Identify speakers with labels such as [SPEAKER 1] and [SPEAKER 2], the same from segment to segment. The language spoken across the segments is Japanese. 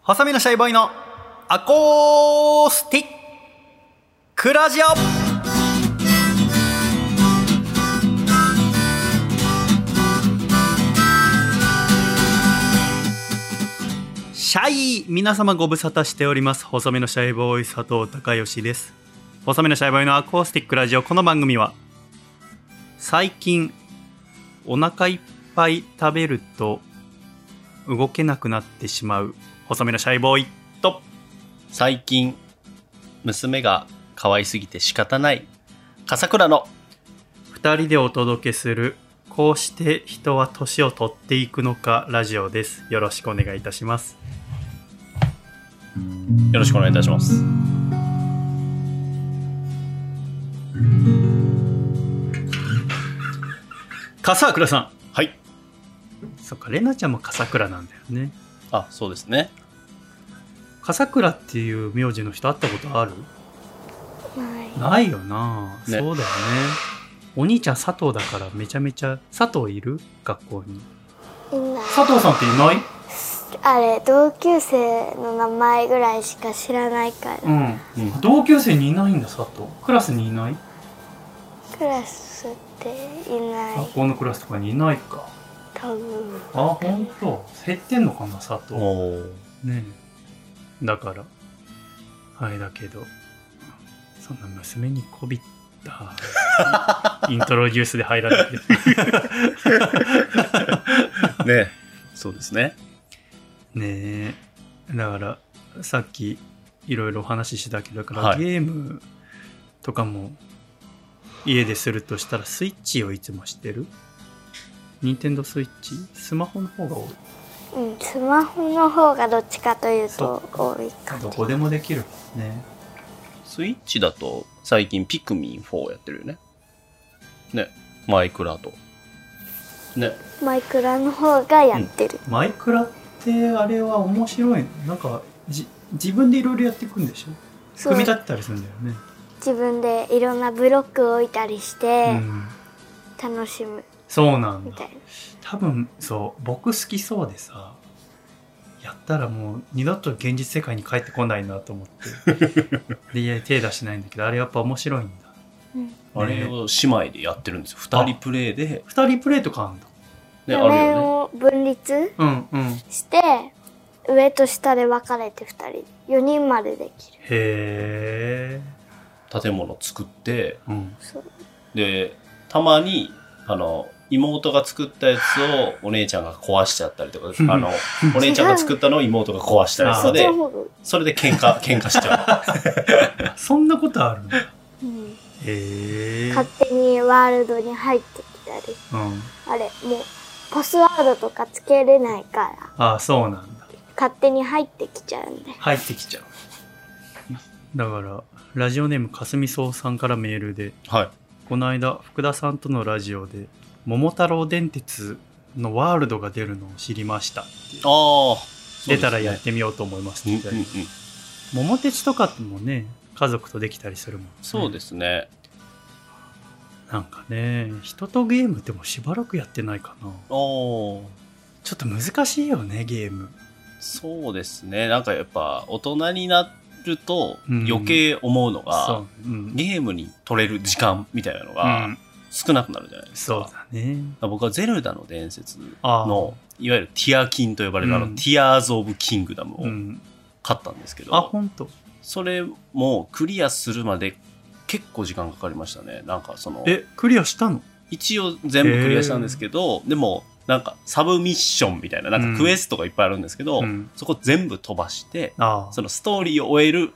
[SPEAKER 1] ハサミのシャイボーイのアコースティックラジオシャイ皆様ご無沙汰しております細身のシャイボーイ佐藤孝義です細身のシャイボーイのアコースティックラジオこの番組は最近お腹いっぱい食べると動けなくなってしまう細身のシャイボーイと
[SPEAKER 2] 最近、娘が可愛すぎて仕方ない、笠倉の、
[SPEAKER 1] 2人でお届けするこうして人は年を取っていくのかラジオですよろしくお願いいたします
[SPEAKER 2] よろしくお願いいたします。
[SPEAKER 1] 笠倉さ
[SPEAKER 2] はい。
[SPEAKER 1] んそっか玲奈ちゃんも笠倉なんだよね
[SPEAKER 2] あ、そうですね。
[SPEAKER 1] 笠倉っていう名字の人会ったことある
[SPEAKER 3] ない
[SPEAKER 1] ないよな、そ
[SPEAKER 2] ね
[SPEAKER 1] うだよねお兄ちゃん佐藤だからめちゃめちゃ佐藤いる学校に
[SPEAKER 3] 今
[SPEAKER 1] 佐藤さんっていない
[SPEAKER 3] あれ同級生の名前ぐらいしか知らないから
[SPEAKER 1] うん
[SPEAKER 2] うん。
[SPEAKER 1] 同級生にいないんだ佐藤クラスにいない
[SPEAKER 3] クラスっていない
[SPEAKER 1] 学校のクラスとかにいないか
[SPEAKER 3] 多分
[SPEAKER 1] あ本当減ってんのかな佐藤
[SPEAKER 2] おー
[SPEAKER 1] ねえだからあれだけどそんな娘にこびったイントロデュースで入らないで
[SPEAKER 2] ね。そうですね。
[SPEAKER 1] ねえだからさっきいろいろお話ししたけどだから、
[SPEAKER 2] はい
[SPEAKER 1] ゲームとかも家でするとしたらスイッチをいつもしてる任天堂スイッチスマホの方が多い
[SPEAKER 3] うんスマホの方がどっちかという
[SPEAKER 1] そ
[SPEAKER 3] と多いか
[SPEAKER 1] ど
[SPEAKER 3] も
[SPEAKER 1] こでもできるね
[SPEAKER 2] スイッチだと、最近ピクミン4やってるよね。ね。マイクラと。ね。
[SPEAKER 3] マイクラの方がやってる、
[SPEAKER 1] マイクラってあれは面白いなんかじ自分でいろいろやっていくんでしょ
[SPEAKER 3] そう
[SPEAKER 1] 組み立てたりするんだよね
[SPEAKER 3] 自分でいろんなブロックを置いたりして
[SPEAKER 1] うん
[SPEAKER 3] 楽しむ
[SPEAKER 1] そうなん
[SPEAKER 3] み
[SPEAKER 1] だ
[SPEAKER 3] たいな、
[SPEAKER 1] 多分そう僕好きそうでさやったらもう二度と現実世界に帰ってこないなと思って で手出しないんだけどあれやっぱ面白いんだ
[SPEAKER 3] うん
[SPEAKER 2] あれを姉妹でやってるんですよ。二人プレイで。
[SPEAKER 1] 2人プレイとかあんだ
[SPEAKER 2] ね、
[SPEAKER 3] 画
[SPEAKER 2] ある
[SPEAKER 3] 面
[SPEAKER 2] よね。
[SPEAKER 3] を分立
[SPEAKER 1] うんうんへ
[SPEAKER 3] して上と下で分かれて2人4人までできる
[SPEAKER 1] え、
[SPEAKER 2] 建物作って、
[SPEAKER 1] うん、
[SPEAKER 3] そう
[SPEAKER 2] で、たまに、あの、妹が作ったやつをお姉ちゃんが壊しちゃったりと か、あの、お姉ちゃんが作ったのを妹が壊したり
[SPEAKER 1] あ
[SPEAKER 2] と
[SPEAKER 1] ー
[SPEAKER 3] そ
[SPEAKER 2] か
[SPEAKER 3] っち
[SPEAKER 2] で
[SPEAKER 3] の、方が、
[SPEAKER 2] それで喧嘩、喧嘩しちゃ
[SPEAKER 1] そんなことあるのへ
[SPEAKER 3] うん、
[SPEAKER 1] え、
[SPEAKER 3] 勝手にワールドに入ってきたり
[SPEAKER 1] うん、
[SPEAKER 3] あれもうパスワードとかつけれないから
[SPEAKER 1] ああそうなんだ
[SPEAKER 3] 勝手に入ってきちゃうんで
[SPEAKER 1] 入ってきちゃうだからラジオネームかすみそうさんからメールで
[SPEAKER 2] う。 はい。
[SPEAKER 1] この間福田さんとのラジオで「桃太郎電鉄」のワールドが出るのを知りました
[SPEAKER 2] ああ。
[SPEAKER 1] 出たらやってみようと思います
[SPEAKER 2] うんうん
[SPEAKER 1] みた
[SPEAKER 2] う。
[SPEAKER 1] いなん桃鉄とかもね家族とできたりするもん、ね、
[SPEAKER 2] そうですね。
[SPEAKER 1] なんかね人とゲームってもうしばらくやってないかな
[SPEAKER 2] おお。
[SPEAKER 1] ちょっと難しいよねゲーム
[SPEAKER 2] そうですね。なんかやっぱ、大人になると
[SPEAKER 1] うん
[SPEAKER 2] 余計思うのが、
[SPEAKER 1] そううん、
[SPEAKER 2] ゲームに取れる時間みたいなの
[SPEAKER 1] う
[SPEAKER 2] が
[SPEAKER 1] ん、
[SPEAKER 2] 少なくなるじゃないですか。
[SPEAKER 1] そうだね
[SPEAKER 2] 僕はゼルダの伝説
[SPEAKER 1] ああ
[SPEAKER 2] の、いわゆるティアキンと呼ばれるあの、
[SPEAKER 1] うん
[SPEAKER 2] ティアーズ・オブ・キングダムを
[SPEAKER 1] うん、
[SPEAKER 2] 買ったんですけど、
[SPEAKER 1] あ本当。
[SPEAKER 2] それもクリアするまで結構時間かかりましたね。なんかその、
[SPEAKER 1] えクリアしたの
[SPEAKER 2] 一応全部クリアしたんですけど、でもなんかサブミッションみたいな、なんかクエストがいっぱいあるんですけど、
[SPEAKER 1] うん
[SPEAKER 2] そこ全部飛ばして、
[SPEAKER 1] ああ
[SPEAKER 2] そのストーリーを終える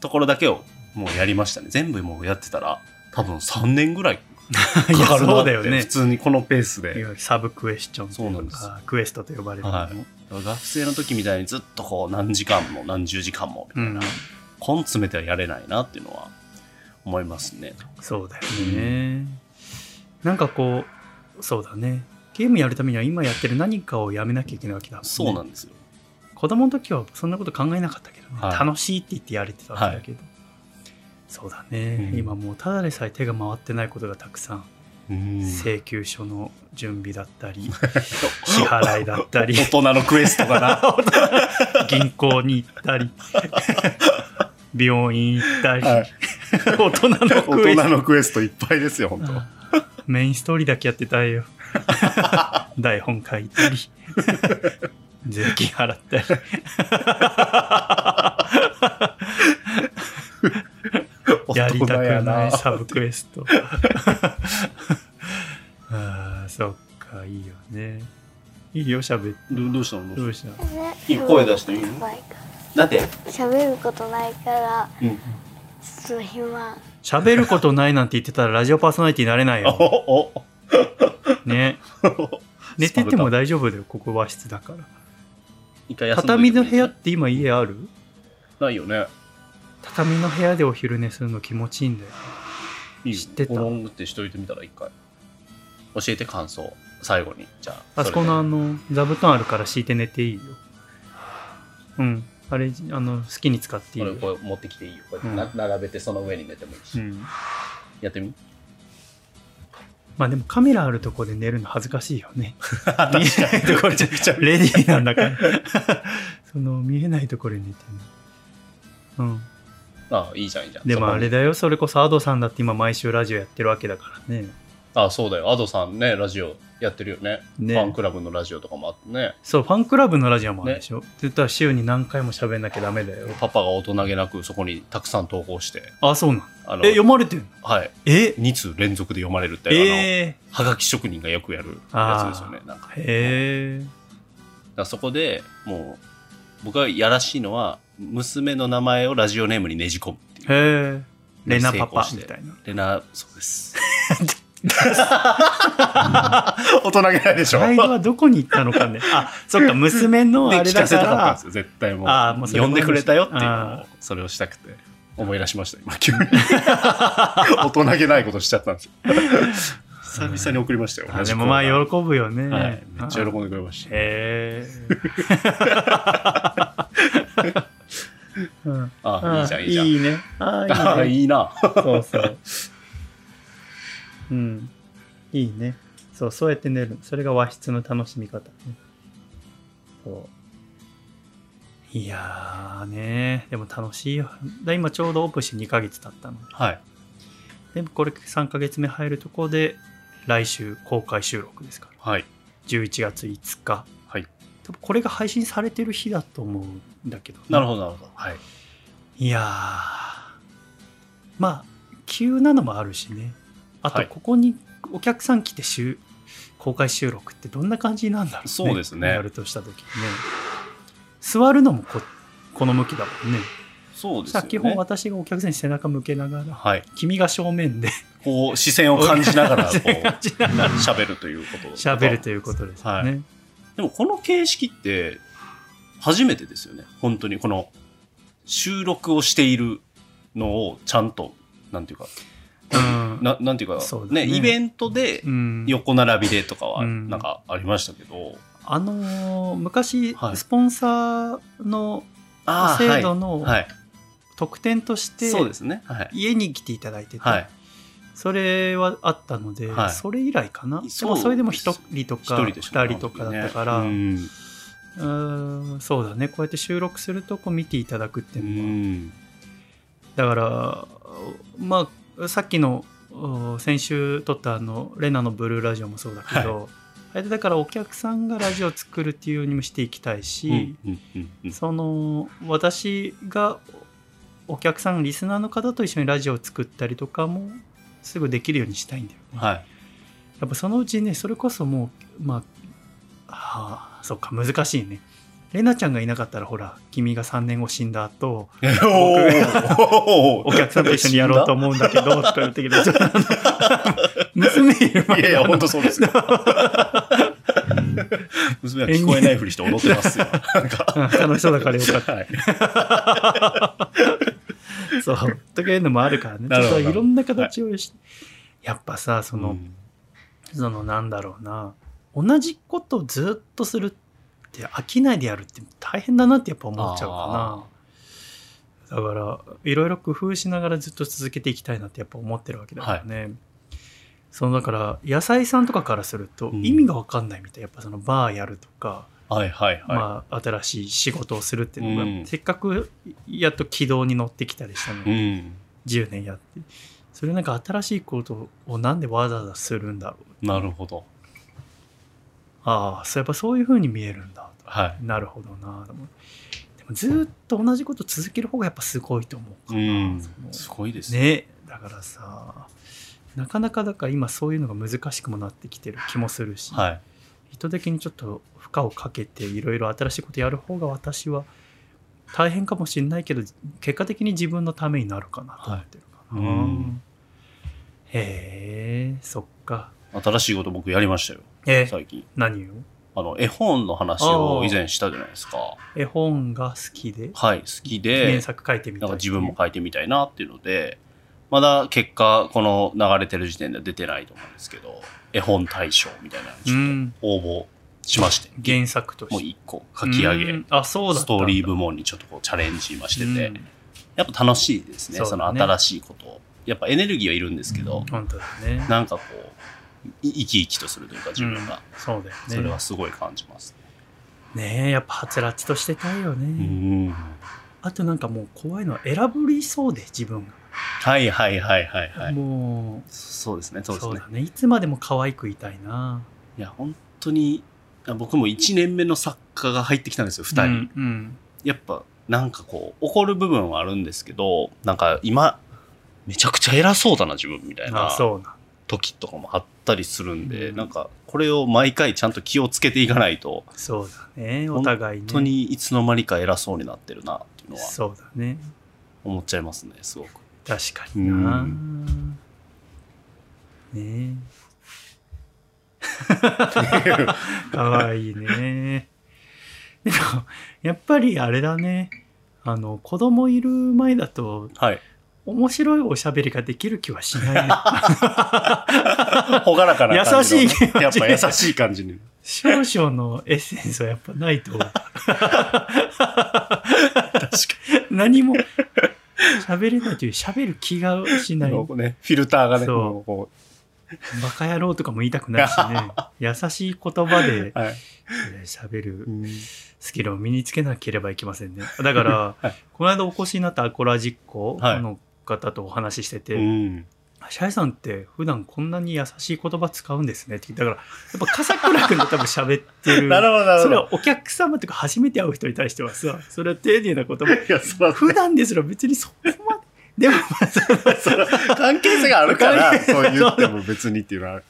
[SPEAKER 2] ところだけをもうやりましたね。全部もうやってたら、多分3年ぐらいか
[SPEAKER 1] いや
[SPEAKER 2] かるな
[SPEAKER 1] そ
[SPEAKER 2] っ
[SPEAKER 1] うだよ
[SPEAKER 2] て、
[SPEAKER 1] ね
[SPEAKER 2] 普通にこのペース
[SPEAKER 1] い
[SPEAKER 2] で。
[SPEAKER 1] わゆるサブクエスチョンとい
[SPEAKER 2] そうなんです
[SPEAKER 1] かクエストと呼ばれるもの、
[SPEAKER 2] はい学生の時みたいにずっとこう何時間も何十時間も、
[SPEAKER 1] うん、
[SPEAKER 2] コン詰めてはやれないなっていうのは思いますね。
[SPEAKER 1] そうだよね、なんかこうそうだねゲームやるためには今やってる何かをやめなきゃいけないわけだもんね、
[SPEAKER 2] そうなんですよ。
[SPEAKER 1] 子供の時はそんなこと考えなかったけどね、
[SPEAKER 2] はい
[SPEAKER 1] 楽しいって言ってやれてたわけだけど、そうだね、
[SPEAKER 2] うん
[SPEAKER 1] 今もうただでさえ手が回ってないことがたくさん
[SPEAKER 2] うん
[SPEAKER 1] 請求書の準備だったり 支払いだった り
[SPEAKER 2] 大人のクエストかな。
[SPEAKER 1] 銀行に行った り病院行ったり、
[SPEAKER 4] はい
[SPEAKER 1] 大人のク
[SPEAKER 4] 大
[SPEAKER 1] イズ
[SPEAKER 4] 人のクエストいっぱいですよ、本当。
[SPEAKER 1] メインストーリーだけやってた いよ台本書いたり税金払ったり やりたくないサブクエス トああそっかいいよねいいよしゃべ
[SPEAKER 4] どどうしたの
[SPEAKER 1] どうした
[SPEAKER 2] いい声出していいなんで
[SPEAKER 3] 喋ることないから
[SPEAKER 2] うん。
[SPEAKER 3] ちょっと暇
[SPEAKER 1] 喋ることないなんて言ってたらラジオパーソナリティになれない
[SPEAKER 2] お
[SPEAKER 1] よ。
[SPEAKER 2] お
[SPEAKER 1] ね。 寝てても大丈夫だよ、ここ和室だから。
[SPEAKER 2] 一回休んどい
[SPEAKER 1] 畳
[SPEAKER 2] て
[SPEAKER 1] の部屋って今家ある
[SPEAKER 4] ないよね。
[SPEAKER 1] 畳の部屋でお昼寝するの気持ちいいんだよ。
[SPEAKER 4] いいよ
[SPEAKER 1] 知ってた
[SPEAKER 2] ゴロンってしといてみたら一回。教えて感想。最後に。じゃあ。
[SPEAKER 1] あそこのあの、座布団あるから敷いて寝ていいよ。うん。あれ、あの、好きに使っていい
[SPEAKER 2] それ
[SPEAKER 1] よ
[SPEAKER 2] で。これこれ持ってきていいよ。こう
[SPEAKER 1] うん
[SPEAKER 2] やってな並べてその上に寝てもいいうし。
[SPEAKER 1] ん。
[SPEAKER 2] やっ てみ
[SPEAKER 1] まあでもカメラあるとこで寝るの恥ずかしいよね。見えないところじゃ、 レディーなんだから。 その、見えないところに寝てるの。うん。
[SPEAKER 2] ああ、いいじゃん、いいじゃん。
[SPEAKER 1] でも
[SPEAKER 2] そこ
[SPEAKER 1] あれだよ、それこそアドさんだって今毎週ラジオやってるわけだからね。
[SPEAKER 2] あそうだよ。アドさんね、ラジオやってるよね。
[SPEAKER 1] ね
[SPEAKER 2] ファンクラブのラジオとかもあってね。
[SPEAKER 1] そう、ファンクラブのラジオもあるでしょ。って言ったら週に何回も喋んなきゃダメだよ。
[SPEAKER 2] パパが大人げなくそこにたくさん投稿して、
[SPEAKER 1] あ、そうなん。
[SPEAKER 2] あの
[SPEAKER 1] え、、読まれてんの
[SPEAKER 2] はい。
[SPEAKER 1] え
[SPEAKER 2] 2通連続で読まれるって、あ
[SPEAKER 1] え
[SPEAKER 2] の、はがき職人がよくやるやつですよね。なんか
[SPEAKER 1] ー、え
[SPEAKER 2] だからそこでもう、僕がやらしいのは、娘の名前をラジオネームにねじ込むってい
[SPEAKER 1] ー、
[SPEAKER 2] う。
[SPEAKER 1] へーレナパパ
[SPEAKER 2] 成功
[SPEAKER 1] み
[SPEAKER 2] して
[SPEAKER 1] たいな。
[SPEAKER 2] レナ、そう です。
[SPEAKER 4] 大人げないでしょ。
[SPEAKER 1] プライドはどこに行ったのかね。あ、そっか、娘の
[SPEAKER 2] で、
[SPEAKER 1] あれ
[SPEAKER 2] 聞か
[SPEAKER 1] だ
[SPEAKER 2] せ
[SPEAKER 1] か
[SPEAKER 2] たかったん
[SPEAKER 1] ら
[SPEAKER 2] です。よ、絶対もう。
[SPEAKER 1] あーもうそれも
[SPEAKER 2] 呼んでくれたよっていうの
[SPEAKER 1] あ
[SPEAKER 2] を、それをしたくて、思い出しました、今。
[SPEAKER 4] 急に大人げないことしちゃったんですよ。久々に送りましたよ。
[SPEAKER 1] あ でもまあ
[SPEAKER 4] よ。
[SPEAKER 1] 喜ぶよね。
[SPEAKER 4] はい。めっちゃ喜んでくれました。
[SPEAKER 1] へえ。うん
[SPEAKER 2] あ、いいじゃん、いいじゃん。
[SPEAKER 1] いいね。あ
[SPEAKER 2] あ
[SPEAKER 1] あ、い
[SPEAKER 2] ー
[SPEAKER 1] いね。
[SPEAKER 2] いいな。
[SPEAKER 1] そうそう。うん。いいね。そう、そうやって寝る。それが和室の楽しみ方、ね。そう。いやーねでも楽しいよ。だ今ちょうどオープンして2ヶ月経ったの。
[SPEAKER 2] はい。
[SPEAKER 1] でもこれ3ヶ月目入るとこで、来週公開収録ですから。
[SPEAKER 2] はい。
[SPEAKER 1] 11月5日。
[SPEAKER 2] はい。
[SPEAKER 1] 多分これが配信されてる日だと思うんだけどね、
[SPEAKER 2] なるほど、なるほど。はい。
[SPEAKER 1] いやーまあ急なのもあるしねあと
[SPEAKER 2] はい
[SPEAKER 1] ここにお客さん来て収公開収録ってどんな感じなんだろうね
[SPEAKER 2] そうですね
[SPEAKER 1] やるとした時にね座るのもここの向きだもんね
[SPEAKER 2] そうです
[SPEAKER 1] さ
[SPEAKER 2] よ
[SPEAKER 1] っ
[SPEAKER 2] ね。
[SPEAKER 1] き本私がお客さんに背中向けながら
[SPEAKER 2] はい。
[SPEAKER 1] 君が正面で
[SPEAKER 2] こう、視線を感じな がら、こ
[SPEAKER 1] 感
[SPEAKER 2] う、
[SPEAKER 1] じながら
[SPEAKER 2] 喋るということ。
[SPEAKER 1] 喋るということですよね、
[SPEAKER 2] はでも、この形式って、初めてですよね。本当に、この、収録をしているのを、ちゃんと、なんていうか、
[SPEAKER 1] うん
[SPEAKER 2] ななんていうか
[SPEAKER 1] そう、だね
[SPEAKER 2] ね、イベントで
[SPEAKER 1] う、ん
[SPEAKER 2] 横並びでとかは、
[SPEAKER 1] うん
[SPEAKER 2] なんかありましたけど、
[SPEAKER 1] あのー昔、
[SPEAKER 2] はい
[SPEAKER 1] スポンサーの
[SPEAKER 2] あー
[SPEAKER 1] 制度の
[SPEAKER 2] はい。
[SPEAKER 1] 特典として、
[SPEAKER 2] そうですね。はい。
[SPEAKER 1] 家に来ていただいてて、
[SPEAKER 2] はい。
[SPEAKER 1] それはあったので、
[SPEAKER 2] はい
[SPEAKER 1] それ以来かなで
[SPEAKER 2] そ
[SPEAKER 1] も
[SPEAKER 2] う
[SPEAKER 1] それでも1人と
[SPEAKER 2] 一
[SPEAKER 1] か
[SPEAKER 2] 人でしょ
[SPEAKER 1] 2人とかだったから、
[SPEAKER 2] あの時ね
[SPEAKER 1] うーんそうだねこうやって収録するとこう見ていただくって
[SPEAKER 2] うん。う
[SPEAKER 1] いうのは
[SPEAKER 2] ん。
[SPEAKER 1] だからまあさっきのお先週撮ったあのレナのブルーラジオもそうだけど、あれでだからお客さんがラジオ作るっていうようにもしていきたいし、
[SPEAKER 2] うんうんうんうん
[SPEAKER 1] その私がお客さんリスナーの方と一緒にラジオを作ったりとかもすぐできるようにしたいんだよね。
[SPEAKER 2] はい。
[SPEAKER 1] やっぱそのうちねそれこそもうまあはあそっか難しいね。レナちゃんがいなかったらほら君が3年後死んだ後
[SPEAKER 2] お
[SPEAKER 1] お客さんと一緒にやろうと思うんだけど とか言ってきてちょっとあの娘いる
[SPEAKER 2] いやい
[SPEAKER 1] 前
[SPEAKER 2] や、
[SPEAKER 1] なの
[SPEAKER 2] 本当そうですよ。娘は聞こえないふりして踊ってますよ。なんか。
[SPEAKER 1] うん楽しそうだからよかっ
[SPEAKER 2] はい。
[SPEAKER 1] たそうとかいうのもあるからねち
[SPEAKER 2] な
[SPEAKER 1] ょ
[SPEAKER 2] る
[SPEAKER 1] っ
[SPEAKER 2] ほど
[SPEAKER 1] といろんな形をし、やっぱさその、
[SPEAKER 2] うん
[SPEAKER 1] そのなんだろうな同じことをずっとするって飽きないでやるって大変だなってやっぱ思っちゃうかなだからいろいろ工夫しながらずっと続けていきたいなってやっぱ思ってるわけだからね、そのだから野菜さんとかからすると
[SPEAKER 2] うん
[SPEAKER 1] 意味が分かんないみたいやっぱそのバーやるとか、
[SPEAKER 2] はいはいはい。
[SPEAKER 1] まあ、新しい仕事をするっていうのが、
[SPEAKER 2] うん
[SPEAKER 1] せっかくやっと軌道に乗ってきたりしたの
[SPEAKER 2] う
[SPEAKER 1] に、
[SPEAKER 2] ん。
[SPEAKER 1] 10年やってそれなんか新しいことをなんでわざわざするんだろう
[SPEAKER 2] なるほど。
[SPEAKER 1] ああそうやっぱそういう風に見えるんだと
[SPEAKER 2] は
[SPEAKER 1] なるほどなと思うでもずっと同じこと続ける方がやっぱすごいと思う
[SPEAKER 2] い。
[SPEAKER 1] か
[SPEAKER 2] う
[SPEAKER 1] ら、
[SPEAKER 2] ん
[SPEAKER 1] そ。の
[SPEAKER 2] すごいですね。
[SPEAKER 1] ねだからさなかなかだから今そういうのが難しくもなってきてる気もするし、
[SPEAKER 2] はい。
[SPEAKER 1] 意図的にちょっと負荷をかけていろいろ新しいことやる方が私は大変かもしれないけど結果的に自分のためになるかなと思ってるかな、
[SPEAKER 2] はいうん
[SPEAKER 1] へえそっか
[SPEAKER 2] 新しいこと僕やりましたよ。
[SPEAKER 1] え
[SPEAKER 2] 最近。
[SPEAKER 1] 何よ
[SPEAKER 2] あの、絵本の話を以前したじゃないですか。
[SPEAKER 1] 絵本が好きで
[SPEAKER 2] はい、好き
[SPEAKER 1] 原
[SPEAKER 2] で、
[SPEAKER 1] 作書いてみた
[SPEAKER 2] ないんか自分も書いてみたいなっていうので、まだ結果、この流れてる時点では出てないと思うんですけど、絵本大賞みたいなの
[SPEAKER 1] う
[SPEAKER 2] にち
[SPEAKER 1] ん
[SPEAKER 2] ょっと応募しまして、
[SPEAKER 1] 原作と
[SPEAKER 2] もう
[SPEAKER 1] して
[SPEAKER 2] 一個書き上
[SPEAKER 1] う
[SPEAKER 2] げ
[SPEAKER 1] ん、あそうだ
[SPEAKER 2] ストーリー部
[SPEAKER 1] も
[SPEAKER 2] 門にちょっとこうチャレンジ今してて、
[SPEAKER 1] うん、
[SPEAKER 2] やっぱ楽しいですね、
[SPEAKER 1] そう
[SPEAKER 2] そ
[SPEAKER 1] だね
[SPEAKER 2] の新しいことを。やっぱエネルギーはいるんですけど、
[SPEAKER 1] 本当だね
[SPEAKER 2] なんかこう、い生き生きとするというか自分が、
[SPEAKER 1] うんそうだよね
[SPEAKER 2] それはすごい感じます。
[SPEAKER 1] ねえやっぱはつらつとしてたいよね、
[SPEAKER 2] うん
[SPEAKER 1] あとなんかもう怖いのは選ぶりそうで自分が、
[SPEAKER 2] はいはいはいはいはい。
[SPEAKER 1] もう
[SPEAKER 2] そうですね、そうですね。
[SPEAKER 1] だねいつまでも可愛くいたいない
[SPEAKER 2] や、本当に、あ僕も1年目の作家が入ってきたんですよ、2人。
[SPEAKER 1] うんうん
[SPEAKER 2] やっぱ、なんかこう、怒る部分はあるんですけど、なんか今、めちゃくちゃ偉そうだな、自分みたい
[SPEAKER 1] あ
[SPEAKER 2] な
[SPEAKER 1] そうな
[SPEAKER 2] 時とかもあったりするんで、
[SPEAKER 1] うん
[SPEAKER 2] なんか、これを毎回ちゃんと気をつけていかないと、
[SPEAKER 1] そうだねお互いね
[SPEAKER 2] 本当にいつの間にか偉そうになってるな、っていうのは
[SPEAKER 1] そうだね
[SPEAKER 2] 思っちゃいますね、すごく。
[SPEAKER 1] 確かにな
[SPEAKER 2] う
[SPEAKER 1] ねえかわいいねでもやっぱりあれだねあの子供いる前だと
[SPEAKER 2] はい。
[SPEAKER 1] 面白いおしゃべりができる気はしない ね
[SPEAKER 4] ほがらかな感じの
[SPEAKER 1] 優しい気持ち
[SPEAKER 4] やっぱ優しい感じ に。
[SPEAKER 1] 少々のエッセンスはやっぱないと確かに何も喋れないという喋る気がしない
[SPEAKER 4] こうね、フィルターがね、
[SPEAKER 1] そう
[SPEAKER 4] もうこ
[SPEAKER 1] バカ野郎とかも言いたくないしね優しい言葉で
[SPEAKER 4] うはい。
[SPEAKER 1] えー喋る
[SPEAKER 4] うん
[SPEAKER 1] スキルを身につけなければいけませんねだ から、この間お越しになったアコラ実行
[SPEAKER 2] はい
[SPEAKER 1] の方とお話ししてて、
[SPEAKER 2] うん。
[SPEAKER 1] シャイさんって普段こんなに優しい言葉使うんですねってだからやっぱ笠倉君で多分喋って る
[SPEAKER 4] なるほど、なる
[SPEAKER 1] そ
[SPEAKER 4] ほ
[SPEAKER 1] れ
[SPEAKER 4] ど。
[SPEAKER 1] はお客様とか初めて会う人に対してはさそれは丁寧な言葉
[SPEAKER 4] いや、そら、
[SPEAKER 1] 普段ですら別にそこまで でもまあその
[SPEAKER 4] そら関係性があるか
[SPEAKER 1] 関
[SPEAKER 4] ら、
[SPEAKER 1] 係性
[SPEAKER 4] そう言っても別にっていうのは、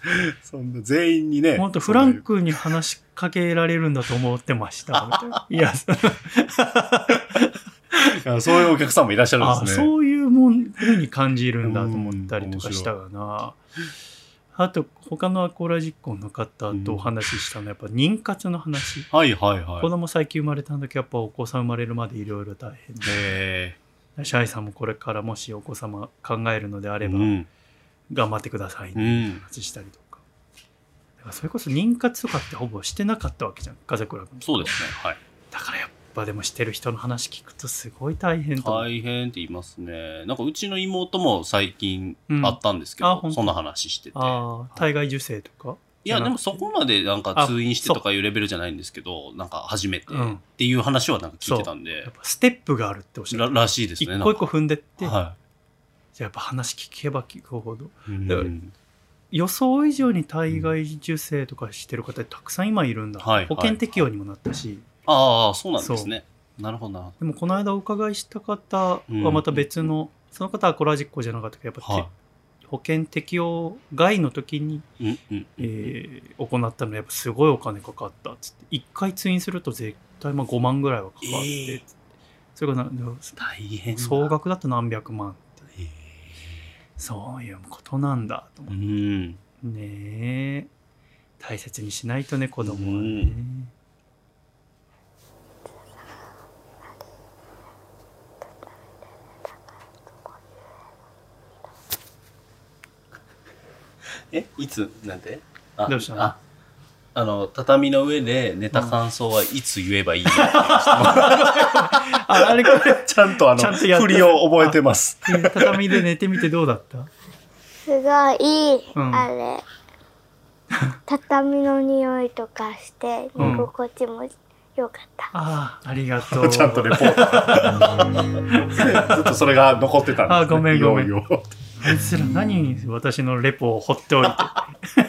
[SPEAKER 4] そんな全員にね。
[SPEAKER 1] 本当フランクに話しかけられるんだと思ってましたみたいないやそ
[SPEAKER 4] あそういうお客さんもいらっしゃるん
[SPEAKER 1] あ
[SPEAKER 4] ですね。
[SPEAKER 1] そういうもんふうに感じるんだと思ったりとかしたがなあと他のアコラ実行の方とお話しした のはやっぱ妊活の話、
[SPEAKER 2] はいはいは
[SPEAKER 1] 子
[SPEAKER 2] い。
[SPEAKER 1] 供最近生まれた時やっぱお子さん生まれるまでいろいろ大変で
[SPEAKER 2] え
[SPEAKER 1] シャイさんもこれからもしお子様考えるのであ
[SPEAKER 2] ー、
[SPEAKER 1] れば
[SPEAKER 2] うん。
[SPEAKER 1] 頑張ってくださいね
[SPEAKER 2] うん。
[SPEAKER 1] 話したりとかだからそれこそ妊活とかってほぼしてなかったわけじゃん風倉君
[SPEAKER 2] そうですね、はい。
[SPEAKER 1] だからやっぱでもしてる人の話聞くとすごい大変と思う、
[SPEAKER 2] 大変って言いますね。なんかうちの妹も最近
[SPEAKER 1] うん
[SPEAKER 2] あったんですけ
[SPEAKER 1] あ
[SPEAKER 2] ど、
[SPEAKER 1] 本当
[SPEAKER 2] そんな話してて。
[SPEAKER 1] ああ体外受精とか
[SPEAKER 2] いや、
[SPEAKER 1] じゃなくて
[SPEAKER 2] でもそこまでなんか
[SPEAKER 1] あ
[SPEAKER 2] 通院してとかいうレベルじゃないんですけど、なんか初めて
[SPEAKER 1] うん
[SPEAKER 2] っていう話はなんか聞いてたんで
[SPEAKER 1] やっ、ぱステップがあるっておっしゃ
[SPEAKER 2] ら
[SPEAKER 1] る
[SPEAKER 2] らしいですね。
[SPEAKER 1] 一個一個踏んでって、
[SPEAKER 2] なんかは
[SPEAKER 1] じゃあやっぱ話聞けば聞くほど
[SPEAKER 2] い。
[SPEAKER 1] だから
[SPEAKER 2] うん
[SPEAKER 1] 予想以上に体外受精とかしてる方たくさん今いるんだ、
[SPEAKER 2] はいはい
[SPEAKER 1] 保険適用にもなったし、
[SPEAKER 2] ああ、そうなんですね。なるほどなるほ
[SPEAKER 1] でもこの間お伺いした方はまた別の、その方はコラジックじゃなかったけどやっぱ
[SPEAKER 2] ど。
[SPEAKER 1] て、
[SPEAKER 2] は
[SPEAKER 1] 保険適用外の時に
[SPEAKER 2] い。うんうん
[SPEAKER 1] えー行ったのやっぱすごいお金かかったっつって1回通院すると絶対まあ5万ぐらいはかかって、
[SPEAKER 2] ええ
[SPEAKER 1] それがなでも
[SPEAKER 2] 大変だ。
[SPEAKER 1] 総額だと何百万って
[SPEAKER 2] え
[SPEAKER 1] そういうことなんだと
[SPEAKER 2] ー。
[SPEAKER 1] 思っ
[SPEAKER 2] うん。
[SPEAKER 1] てねえ大切にしないとね子供はね
[SPEAKER 2] うえ、いつなんてあ
[SPEAKER 1] どうしたの
[SPEAKER 2] ああの、畳の上で寝た感想はいつ言えばい いの
[SPEAKER 1] ああれこれ
[SPEAKER 4] ちゃんとあ
[SPEAKER 1] ちゃ
[SPEAKER 4] の、
[SPEAKER 1] んとやって
[SPEAKER 4] 振りを覚えてます。
[SPEAKER 1] 畳で寝てみてどうだった
[SPEAKER 3] すごい、
[SPEAKER 1] うん
[SPEAKER 3] あれ畳の匂いとかして
[SPEAKER 1] うん
[SPEAKER 3] 寝心地も良かった、
[SPEAKER 1] ああ、ありがとう。
[SPEAKER 4] ちゃんとレポート。ずっとそれが残ってたんです、ね。
[SPEAKER 1] あごめんごめん
[SPEAKER 4] いよいよ
[SPEAKER 1] あいつら何私のレポを放っておいて。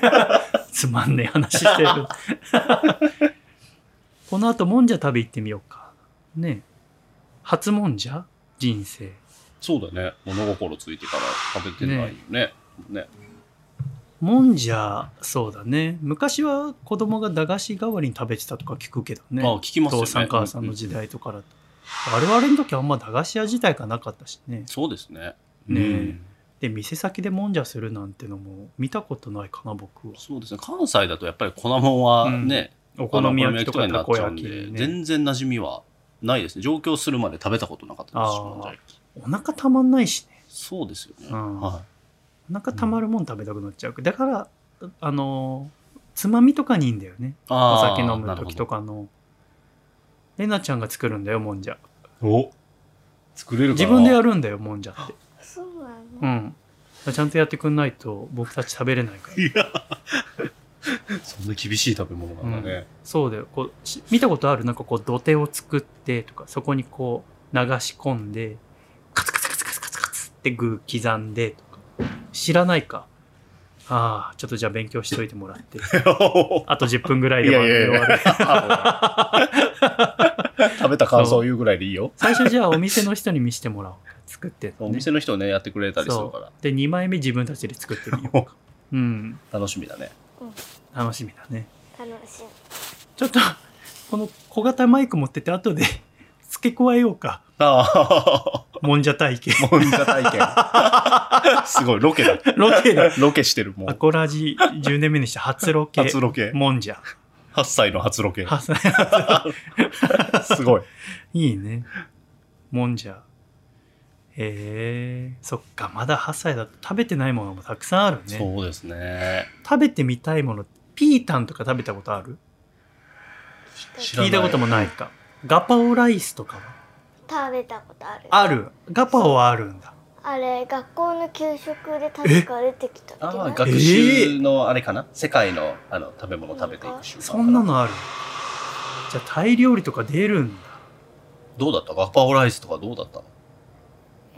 [SPEAKER 1] つまんねえ話してる。 この後、もんじゃ食べ行ってみようか。ねえ初もんじゃ人生。
[SPEAKER 2] そうだね。物心ついてから食べてないよね。ね。
[SPEAKER 1] もんじゃ、そうだね。昔は子供が駄菓子代わりに食べてたとか聞くけどね。
[SPEAKER 2] あ、聞きますよね。
[SPEAKER 1] 父さん母さんの時代とかだと。我々の時あんま駄菓子屋自体がなかったしね。
[SPEAKER 2] そうですね。
[SPEAKER 1] ねえ
[SPEAKER 2] うん
[SPEAKER 1] で、店先でもんじゃするなんてのも見たことないかな、僕は。
[SPEAKER 2] そうですね。関西だとやっぱり粉もんはね、
[SPEAKER 1] お
[SPEAKER 2] あ
[SPEAKER 1] 好
[SPEAKER 2] の
[SPEAKER 1] み焼きとか
[SPEAKER 2] お
[SPEAKER 1] たこ
[SPEAKER 2] 好み
[SPEAKER 1] 焼
[SPEAKER 2] 焼
[SPEAKER 1] き
[SPEAKER 2] きとかになっちゃうん
[SPEAKER 1] ね
[SPEAKER 2] で、全然馴染みはないですね。上京するまで食べたことなかったですし
[SPEAKER 1] あーお腹たまんないしね
[SPEAKER 2] そうですよね。
[SPEAKER 1] うん
[SPEAKER 2] は
[SPEAKER 1] お腹たまるもん食べたくなっちゃう、だからあのーつまみとかにいいんだよね
[SPEAKER 2] い、あ
[SPEAKER 1] お
[SPEAKER 2] ー
[SPEAKER 1] 酒飲む時と
[SPEAKER 2] なる
[SPEAKER 1] かのれなちゃんが作るんだよもんじゃ
[SPEAKER 4] お作れるかな
[SPEAKER 1] 自分でやるんだよもんじゃって
[SPEAKER 3] そうなの、
[SPEAKER 1] うんちゃんとやってくんないと僕たち食べれないから
[SPEAKER 4] そんな厳しい食べ物なんだね。
[SPEAKER 1] そうだよこうし見たことあるなんかこう土手を作ってとかそこにこう流し込んでカツカツカツカツカツカツって具刻んでとか知らないかああちょっとじゃあ勉強しといてもらって あと10分ぐらい
[SPEAKER 4] い
[SPEAKER 1] で
[SPEAKER 4] や
[SPEAKER 1] 番
[SPEAKER 4] い
[SPEAKER 1] 組
[SPEAKER 4] やい
[SPEAKER 1] 終わる
[SPEAKER 4] や。食べた感想を言うぐらいでいいよ。
[SPEAKER 1] 最初じゃあお店の人に見せてもらおう作って
[SPEAKER 2] ほどお店の人ね、やってくれたりするから
[SPEAKER 1] そ、うで2枚目自分たちで作ってみようかうん
[SPEAKER 2] 楽しみだね。
[SPEAKER 1] 楽しみだね
[SPEAKER 3] 楽しい
[SPEAKER 1] ちょっとこの小型マイク持ってて後で付け加えようか
[SPEAKER 2] あ
[SPEAKER 1] もんじゃ体験
[SPEAKER 4] もんじゃ体験。 すごい、ロケだ。
[SPEAKER 1] ロケだ
[SPEAKER 4] ロケしてる、も
[SPEAKER 1] ア
[SPEAKER 4] う。
[SPEAKER 1] コラジ10年目にして初ロケ
[SPEAKER 4] 初ロケ。
[SPEAKER 1] もんじゃ。
[SPEAKER 4] 8歳の初ロケ。
[SPEAKER 1] 初
[SPEAKER 4] すごい。
[SPEAKER 1] いいね。もんじゃ。へえ、そっか、まだ8歳だと食べてないものもたくさんあるね。
[SPEAKER 2] そうですね。
[SPEAKER 1] 食べてみたいもの、ピータンとか食べたことある
[SPEAKER 2] 知らな
[SPEAKER 1] 聞いたこともないか。ガパオライスとかは
[SPEAKER 3] 食べたことある
[SPEAKER 1] ある。ガパオはあるんだ。
[SPEAKER 3] あれ学校の給食で確か出てきたっけ
[SPEAKER 2] あ
[SPEAKER 3] な
[SPEAKER 2] あ、
[SPEAKER 3] んか
[SPEAKER 2] 学習のあれかな、世界のあの食べ物を食べていく習慣か
[SPEAKER 1] そんなのある。じゃあ、タイ料理とか出るんだ。
[SPEAKER 2] どうだったガパオライスとかどうだったの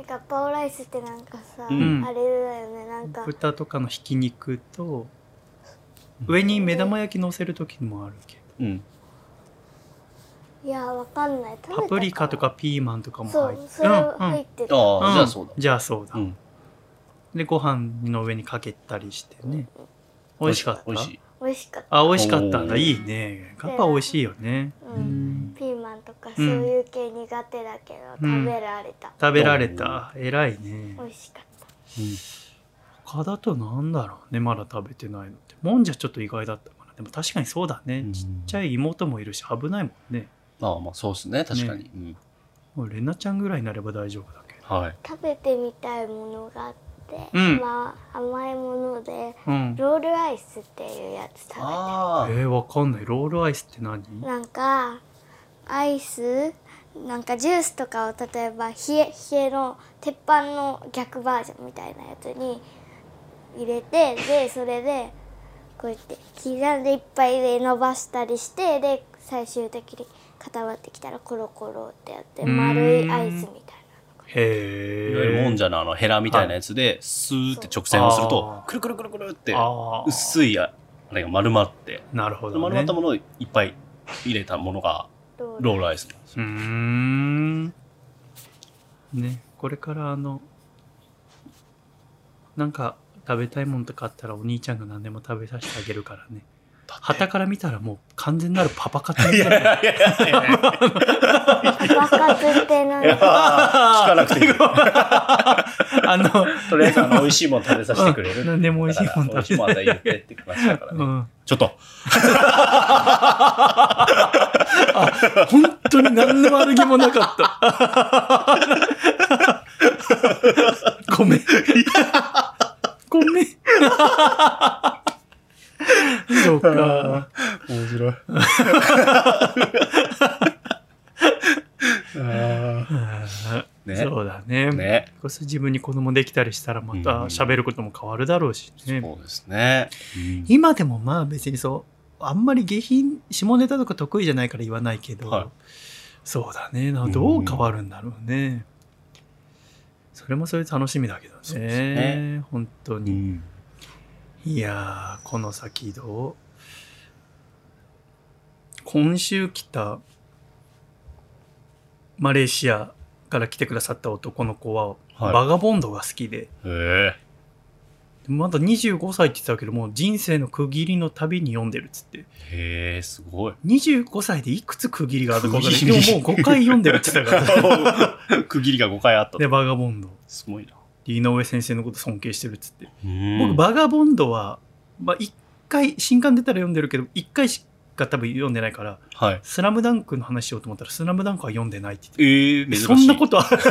[SPEAKER 3] ガパオライスってなんかさ、
[SPEAKER 2] うん
[SPEAKER 3] あれだよねなんか
[SPEAKER 1] 豚とかのひき肉と、上に目玉焼き乗せる時もあるけど。
[SPEAKER 2] うん。
[SPEAKER 3] いやわかんない食べた
[SPEAKER 1] パプリカとかピーマンとかも
[SPEAKER 3] そ
[SPEAKER 1] 入っ
[SPEAKER 3] う
[SPEAKER 1] て
[SPEAKER 3] それ入ってた、
[SPEAKER 2] あ
[SPEAKER 1] ん
[SPEAKER 2] あ、じゃあそうだ。
[SPEAKER 1] じゃあそうだ、
[SPEAKER 2] うん
[SPEAKER 1] でご飯の上にかけたりしてね美味しかった
[SPEAKER 2] 美味しい。
[SPEAKER 3] 美味しかった
[SPEAKER 1] あ美味しかったんだ
[SPEAKER 2] おー
[SPEAKER 1] いいねガパ美味しいよね
[SPEAKER 3] う
[SPEAKER 1] うんん
[SPEAKER 3] ピーマンとかそういう系苦手だけど、
[SPEAKER 1] うん
[SPEAKER 3] 食べられた、
[SPEAKER 1] 食べられた偉いね
[SPEAKER 3] 美味しかった
[SPEAKER 1] 他だとなんだろうねまだ食べてないのってもんじゃちょっと意外だったかなでも確かにそうだね、
[SPEAKER 2] うん
[SPEAKER 1] ちっちゃい妹もいるし危ないもんね
[SPEAKER 2] まあまあ、そうですね。確かに。うん
[SPEAKER 1] もうレナちゃんぐらいになれば大丈夫だけど
[SPEAKER 2] はい。
[SPEAKER 3] 食べてみたいものがあって、
[SPEAKER 1] うん
[SPEAKER 3] まあ甘いもので
[SPEAKER 1] うん
[SPEAKER 3] ロールアイスっていうやつ食べた
[SPEAKER 2] あ
[SPEAKER 1] えー、わかんないロールアイスって何
[SPEAKER 3] なんかアイスなんかジュースとかを例えば冷え冷えの鉄板の逆バージョンみたいなやつに入れてでそれでこうやって刻んでいっぱいで伸ばしたりしてで最終的に固まってきたらコロコロってやって
[SPEAKER 1] うーん
[SPEAKER 3] 丸いアイスみたい
[SPEAKER 1] へ
[SPEAKER 2] い
[SPEAKER 1] え
[SPEAKER 2] わゆるもんじゃのあのヘラみたいなやつで、スーって直線をすると
[SPEAKER 1] あ、ー
[SPEAKER 2] くるくるくるくるって、
[SPEAKER 1] あー
[SPEAKER 2] 薄いああれが丸まって、
[SPEAKER 1] なるほど、ね、
[SPEAKER 2] 丸まったものをいっぱい入れたものが
[SPEAKER 3] なロール
[SPEAKER 2] ロールアイスなんですよ
[SPEAKER 1] うーん。ね、これからあの、なんか食べたいもんとかあったらお兄ちゃんが何でも食べさせてあげるからね。旗から見たらもう完全なるパパ活みたいな。
[SPEAKER 3] 爆発ってなん
[SPEAKER 1] 聞
[SPEAKER 2] 聞
[SPEAKER 3] か
[SPEAKER 2] かなくていい。
[SPEAKER 1] あの、
[SPEAKER 2] とりあえずあの美味しいもの食べさせてくれる。
[SPEAKER 1] 何でも美味しいもん
[SPEAKER 2] だから
[SPEAKER 1] 食
[SPEAKER 2] 美味 しい
[SPEAKER 1] べ
[SPEAKER 2] も
[SPEAKER 1] さ
[SPEAKER 2] ん
[SPEAKER 1] せ
[SPEAKER 2] は大
[SPEAKER 1] て
[SPEAKER 2] 丈夫って言ってきましたから
[SPEAKER 1] う
[SPEAKER 2] ね。
[SPEAKER 1] ん。
[SPEAKER 2] ちょっと、
[SPEAKER 1] 本当に何の悪気もなかった。ごめん。ごめん。そうか。
[SPEAKER 4] 面白い。あー
[SPEAKER 1] あー
[SPEAKER 2] ね
[SPEAKER 1] そうだね。
[SPEAKER 2] ね。
[SPEAKER 1] こそ自分に子供できたりしたらま
[SPEAKER 2] うん
[SPEAKER 1] た喋ることも変わるだろうしね、
[SPEAKER 2] そうですね。うん
[SPEAKER 1] 今でもまあ別にそうあんまり下品下ネタとか得意じゃないから言わないけど、
[SPEAKER 2] はい
[SPEAKER 1] そうだねなどう変わるんだろうね、それもそれで楽しみだけど
[SPEAKER 2] そう
[SPEAKER 1] ね
[SPEAKER 2] ですね
[SPEAKER 1] 本当
[SPEAKER 2] う
[SPEAKER 1] に、
[SPEAKER 2] ん
[SPEAKER 1] いやーこの先どう今週来たマレーシアから来てくださった男の子は、
[SPEAKER 2] はい
[SPEAKER 1] バガボンドが好きで
[SPEAKER 2] へえ。
[SPEAKER 1] まだ25歳って言ってたけどもう人生の区切りの旅に読んでるっつって
[SPEAKER 2] へえ、すごい。
[SPEAKER 1] 25歳でいくつ区切りがあるのか分かんない
[SPEAKER 2] 区
[SPEAKER 1] でも
[SPEAKER 2] 切
[SPEAKER 1] も
[SPEAKER 2] り
[SPEAKER 1] う5回読んでるって言ってたから
[SPEAKER 2] 区切りが5回あったと。
[SPEAKER 1] でバガボンド
[SPEAKER 2] すごいな。
[SPEAKER 1] で井上先生のこと尊敬してるっつって、
[SPEAKER 2] 僕
[SPEAKER 1] 僕バガボンドは、まあ、1回新刊出たら読んでるけど1回しか多分読んでないから
[SPEAKER 2] はい。
[SPEAKER 1] 「スラムダンクの話しようと思ったら「スラムダンクは読んでないって言って
[SPEAKER 2] ええ、
[SPEAKER 1] て
[SPEAKER 2] 珍しい。
[SPEAKER 1] そんなことある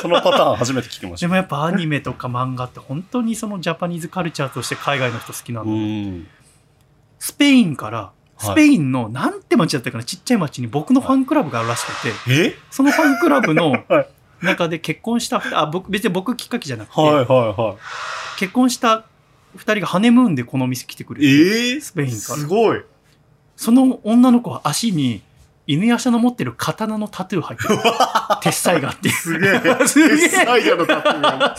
[SPEAKER 2] そのパターン初めて聞きまし
[SPEAKER 1] で
[SPEAKER 2] た。
[SPEAKER 1] もやっぱアニメとか漫画って本当にそのジャパニーズカルチャーとして海外の人好きなん
[SPEAKER 2] う
[SPEAKER 1] だ、
[SPEAKER 2] ん。
[SPEAKER 1] スペインから
[SPEAKER 2] はい
[SPEAKER 1] スペインのなんて町だったかなちっちゃい町に僕のファンクラブがあるらしくて、
[SPEAKER 2] え
[SPEAKER 1] そのファンク ラブの
[SPEAKER 2] はい
[SPEAKER 1] 中で結婚した、あ、僕、別に僕きっかけじゃなくて、
[SPEAKER 2] はいはいは
[SPEAKER 1] 結婚した二人がハネムーンでこのお店来てくれ
[SPEAKER 2] い。
[SPEAKER 1] て、
[SPEAKER 2] ええ、
[SPEAKER 1] スペインか
[SPEAKER 4] す
[SPEAKER 1] ら。
[SPEAKER 4] ごい。
[SPEAKER 1] その女の子は足に、犬やしゃの持ってる刀のタトゥー 入ってる。鉄裁があって。
[SPEAKER 4] すげえ。
[SPEAKER 1] すげえ
[SPEAKER 4] 鉄サイヤのタトゥーが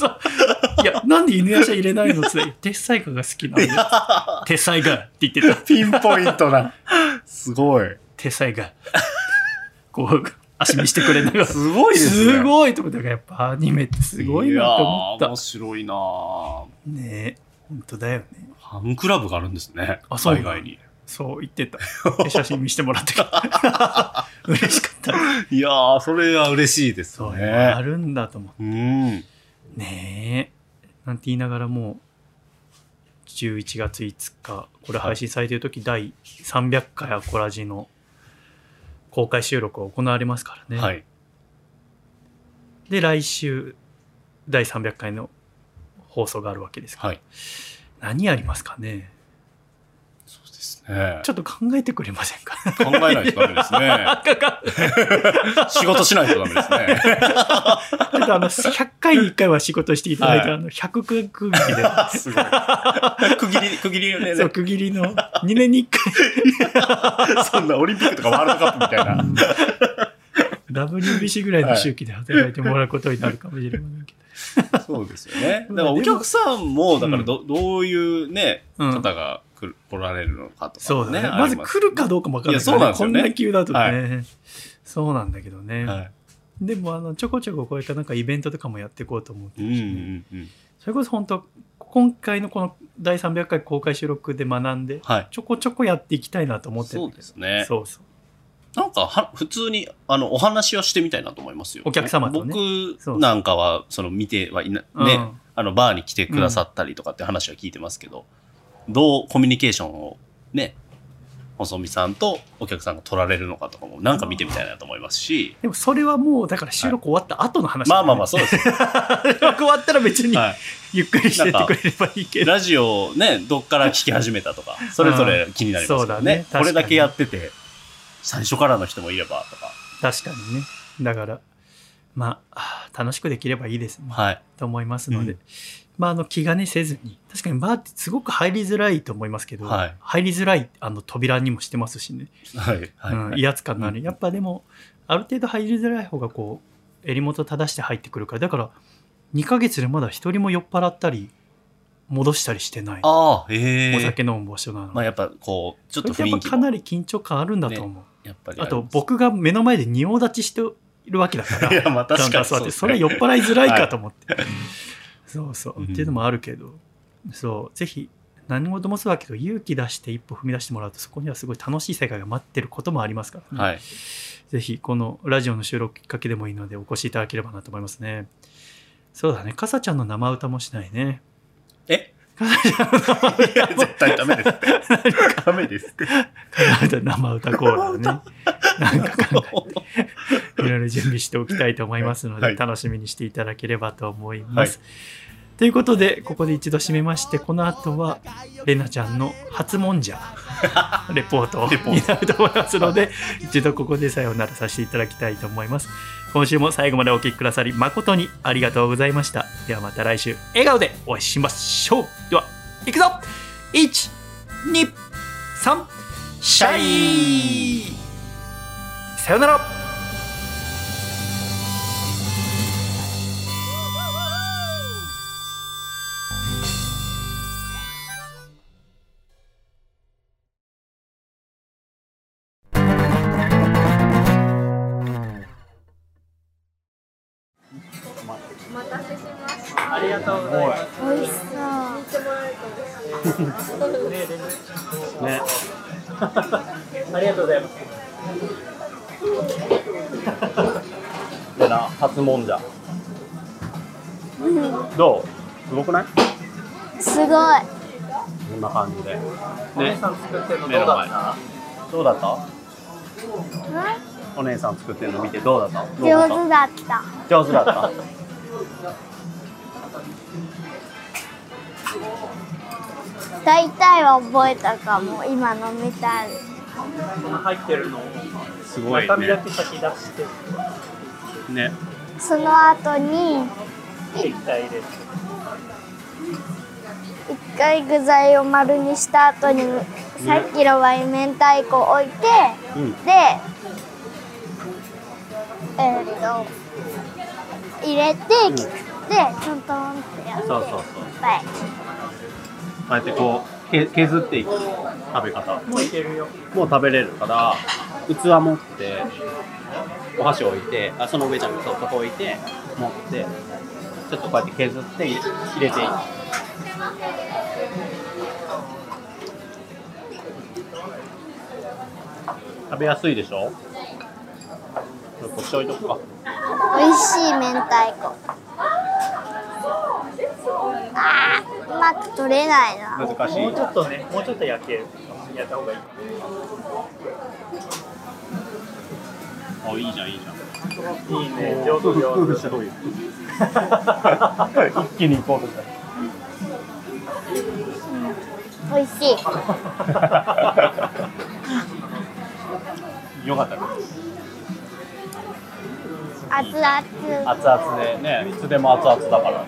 [SPEAKER 1] いや、なんで犬やしゃ入れないのって言ったら鉄裁がが好きなんで。鉄裁がって言ってた。
[SPEAKER 4] ピンポイントな。すごい。
[SPEAKER 1] 鉄裁が。こう、足見してくれながら。
[SPEAKER 4] すごいですね。
[SPEAKER 1] すごいと思ったから、やっぱアニメってすごいなと思っ
[SPEAKER 2] いやー
[SPEAKER 1] た
[SPEAKER 2] 面。白いなー
[SPEAKER 1] ねえ、本当だよね。
[SPEAKER 2] ファンクラブがあるんですね。
[SPEAKER 1] あそう
[SPEAKER 2] 海外に。
[SPEAKER 1] そう言ってた。で写真見してもら ってから嬉しかった。
[SPEAKER 2] いやー、それは嬉しいです
[SPEAKER 1] そう、あ
[SPEAKER 2] ね。
[SPEAKER 1] るんだと思
[SPEAKER 2] うん。
[SPEAKER 1] う。ねえ。なんて言いながらもう、11月5日、これ配信されてる時、第300回アコラジの公開収録が行われますからね。
[SPEAKER 2] はい。
[SPEAKER 1] で、来週、第300回の放送があるわけですから。
[SPEAKER 2] はい。
[SPEAKER 1] 何やりますかね
[SPEAKER 2] そうですね。
[SPEAKER 1] ちょっと考えてくれませんか
[SPEAKER 2] 考えないとダメですね。仕事しないとダメですね。
[SPEAKER 1] ちょっとあの、100回に1回は仕事していただいて、
[SPEAKER 2] はい
[SPEAKER 1] あの、100区区切りで。
[SPEAKER 2] すごい。区切り、区切りよね。
[SPEAKER 1] そう、区切りの2年に1回、
[SPEAKER 4] そんなオリンピックとかワールドカップみたいな。
[SPEAKER 1] WBC ぐらいの周期で働いてもらうことになるかもしれないけ
[SPEAKER 2] そうですよ ね。だからお客さんも、だからど、どういうね、
[SPEAKER 1] うん
[SPEAKER 2] 方が来る来られるのか
[SPEAKER 1] ど。
[SPEAKER 2] とか、ね。
[SPEAKER 1] そうだね。
[SPEAKER 2] あ
[SPEAKER 1] まず
[SPEAKER 2] りす
[SPEAKER 1] 来るかどうかもわかんないから
[SPEAKER 2] いやそう
[SPEAKER 1] こ
[SPEAKER 2] なんんですよね
[SPEAKER 1] な急だとね。
[SPEAKER 2] は
[SPEAKER 1] そうなんだけどね。
[SPEAKER 2] はい。
[SPEAKER 1] でも、あの、ちょこちょここういったなんかイベントとかもやっていこうと思って
[SPEAKER 2] うん
[SPEAKER 1] る
[SPEAKER 2] う
[SPEAKER 1] しね
[SPEAKER 2] んうん。
[SPEAKER 1] それこそ本当今回のこの第300回公開収録で学んで、
[SPEAKER 2] はい。
[SPEAKER 1] ちょこちょこやっていきたいなと思ってる
[SPEAKER 2] そうですね。
[SPEAKER 1] そうそう。
[SPEAKER 2] なんかは、普通に、あの、お話をしてみたいなと思いますよ。
[SPEAKER 1] お客様とねそう
[SPEAKER 2] 僕なんかは、その、見てはいな、
[SPEAKER 1] うん
[SPEAKER 2] ね、あの、バーに来てくださったりとかって話は聞いてますけど、どうコミュニケーションをね、細見さんとお客さんが取られるのかとかも、なんか見てみたいなと思いますし、
[SPEAKER 1] でもそれはもうだから収録終わった後の話
[SPEAKER 2] ま
[SPEAKER 1] だ
[SPEAKER 2] あ
[SPEAKER 1] ね、
[SPEAKER 2] まあまあ、そうですよ。
[SPEAKER 1] 収 録終わったら別に
[SPEAKER 2] はい。
[SPEAKER 1] ゆっくりしてってくれればいいけど
[SPEAKER 2] ラジオをね、どっから聞き始めたとか、それぞれ気になります
[SPEAKER 1] そ
[SPEAKER 2] よ
[SPEAKER 1] うだね
[SPEAKER 2] ね。これだけやって
[SPEAKER 1] 確かに
[SPEAKER 2] て、最初からの人もいればとか。
[SPEAKER 1] 確かにねだからまあ楽しくできればいいですね、
[SPEAKER 2] はい。
[SPEAKER 1] と思いますので、
[SPEAKER 2] うん
[SPEAKER 1] まああの気兼ねせずに確かにバーってすごく入りづらいと思いますけど、
[SPEAKER 2] はい
[SPEAKER 1] 入りづらいあの扉にもしてますしね、
[SPEAKER 2] はい。
[SPEAKER 1] うん、威圧感のある、やっぱでもある程度入りづらい方がこう襟元正して入ってくるからだから2ヶ月でまだ一人も酔っ払ったり戻したりしてない
[SPEAKER 2] ああ、ええ。
[SPEAKER 1] お酒飲む場所なので、
[SPEAKER 2] まあやっぱこう、ちょっと
[SPEAKER 1] そ
[SPEAKER 2] 雰
[SPEAKER 1] れってやっぱ
[SPEAKER 2] 囲気
[SPEAKER 1] か
[SPEAKER 2] も
[SPEAKER 1] なり緊張感あるんだと思う、
[SPEAKER 2] やっぱり
[SPEAKER 1] あと
[SPEAKER 2] ります
[SPEAKER 1] 僕が目の前で仁王立ちしてるわけだから
[SPEAKER 2] いや、まあ
[SPEAKER 1] だんだ
[SPEAKER 2] 確か
[SPEAKER 1] ん
[SPEAKER 2] に
[SPEAKER 1] そう
[SPEAKER 2] そ
[SPEAKER 1] や
[SPEAKER 2] う
[SPEAKER 1] っ
[SPEAKER 2] で
[SPEAKER 1] て
[SPEAKER 2] すね
[SPEAKER 1] それ酔っ払いづらいかと思って、そうそう、
[SPEAKER 2] うん
[SPEAKER 1] っていうのもあるけどそうぜひ何事もそうだけど勇気出して一歩踏み出してもらうとそこにはすごい楽しい世界が待ってることもありますから、
[SPEAKER 2] はい。
[SPEAKER 1] ぜひこのラジオの収録きっかけでもいいのでお越しいただければなと思いますねそうだねかさちゃんの生歌もしない ね
[SPEAKER 2] え
[SPEAKER 1] かさちゃんの生歌
[SPEAKER 4] いや、絶対ダメです って。ダメですって。
[SPEAKER 1] 生歌生歌コーラをねなんか考えていろいろ準備しておきたいと思いますので、
[SPEAKER 4] はい
[SPEAKER 1] 楽しみにしていただければと思います。ということでここで一度締めましてこの後はれなちゃんの初もんじゃレポートになると思いますので一度ここでさようならさせていただきたいと思います。今週も最後までお聞きくださり誠にありがとうございましたではまた来週笑顔でお会いしましょうではいくぞ123シャイさよならありがとうございます
[SPEAKER 3] 美味しそう。
[SPEAKER 1] ね。ありがとうございます。
[SPEAKER 4] だな初もんじゃどうすごくない
[SPEAKER 3] すごい。
[SPEAKER 4] こんな感じで
[SPEAKER 1] お姉さん作ってるの
[SPEAKER 4] 目
[SPEAKER 1] どう
[SPEAKER 4] の前
[SPEAKER 1] だっ
[SPEAKER 4] どうだったお姉さん作ってるの見てどうだったどうだ
[SPEAKER 3] 上
[SPEAKER 4] った
[SPEAKER 3] 手だった。
[SPEAKER 4] 上手だった
[SPEAKER 3] 大体は覚えたかも。今の見たい。
[SPEAKER 1] た？この入ってるのを
[SPEAKER 4] すごい
[SPEAKER 1] 中身だ
[SPEAKER 4] ね
[SPEAKER 1] け先出して
[SPEAKER 4] ね
[SPEAKER 3] その後に
[SPEAKER 1] 液体入れて。
[SPEAKER 3] 一回具材を丸にした後に、さっきのは明太子を置いて、
[SPEAKER 4] うん
[SPEAKER 3] で、えっと入れて、
[SPEAKER 4] ん
[SPEAKER 3] でトントンってやって、
[SPEAKER 4] そうそうそう
[SPEAKER 3] はい。
[SPEAKER 4] ああやってこうけ削っていく食べ方
[SPEAKER 1] もういけるよ。
[SPEAKER 4] もう食べれるから器持ってお箸置いてあその上じゃなくてそうそこ置いて持ってちょっとこうやって削って入れ入れていく食べやすいでしょこれこっち置いとくか
[SPEAKER 3] 美味しい明太子。あー、うまく取れないな。
[SPEAKER 4] 難し
[SPEAKER 1] もうちょ
[SPEAKER 4] い
[SPEAKER 1] っとね、もうちょっと焼ける。やった方がいい。
[SPEAKER 4] あいいじゃんいいじゃん
[SPEAKER 1] いいね、上手上手。
[SPEAKER 4] 一気に行こうとした
[SPEAKER 3] 美味しい。
[SPEAKER 4] よかったです
[SPEAKER 3] 熱々。
[SPEAKER 4] 熱々でねいつでも熱々だ から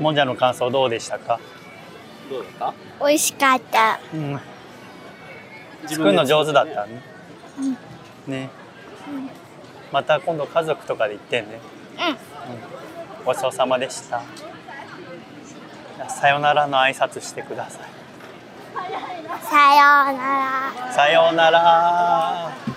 [SPEAKER 1] もんじゃの感想どうでしたか？
[SPEAKER 4] どうですか
[SPEAKER 3] 美味しかった。
[SPEAKER 1] うん。作るの上手だったね。ね。また今度家族とかで行ってね。
[SPEAKER 3] うん。
[SPEAKER 1] ごちそうさまでした。さよならの挨拶してください。
[SPEAKER 3] さようなら。
[SPEAKER 1] さようなら。